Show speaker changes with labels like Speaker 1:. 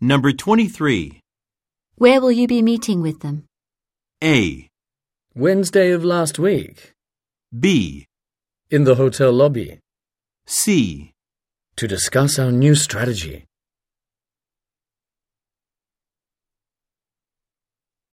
Speaker 1: Number 23.
Speaker 2: Where will you be meeting with them?
Speaker 1: A.
Speaker 3: Wednesday of last week.
Speaker 1: B.
Speaker 3: In the hotel lobby.
Speaker 1: C.
Speaker 3: To discuss our new strategy.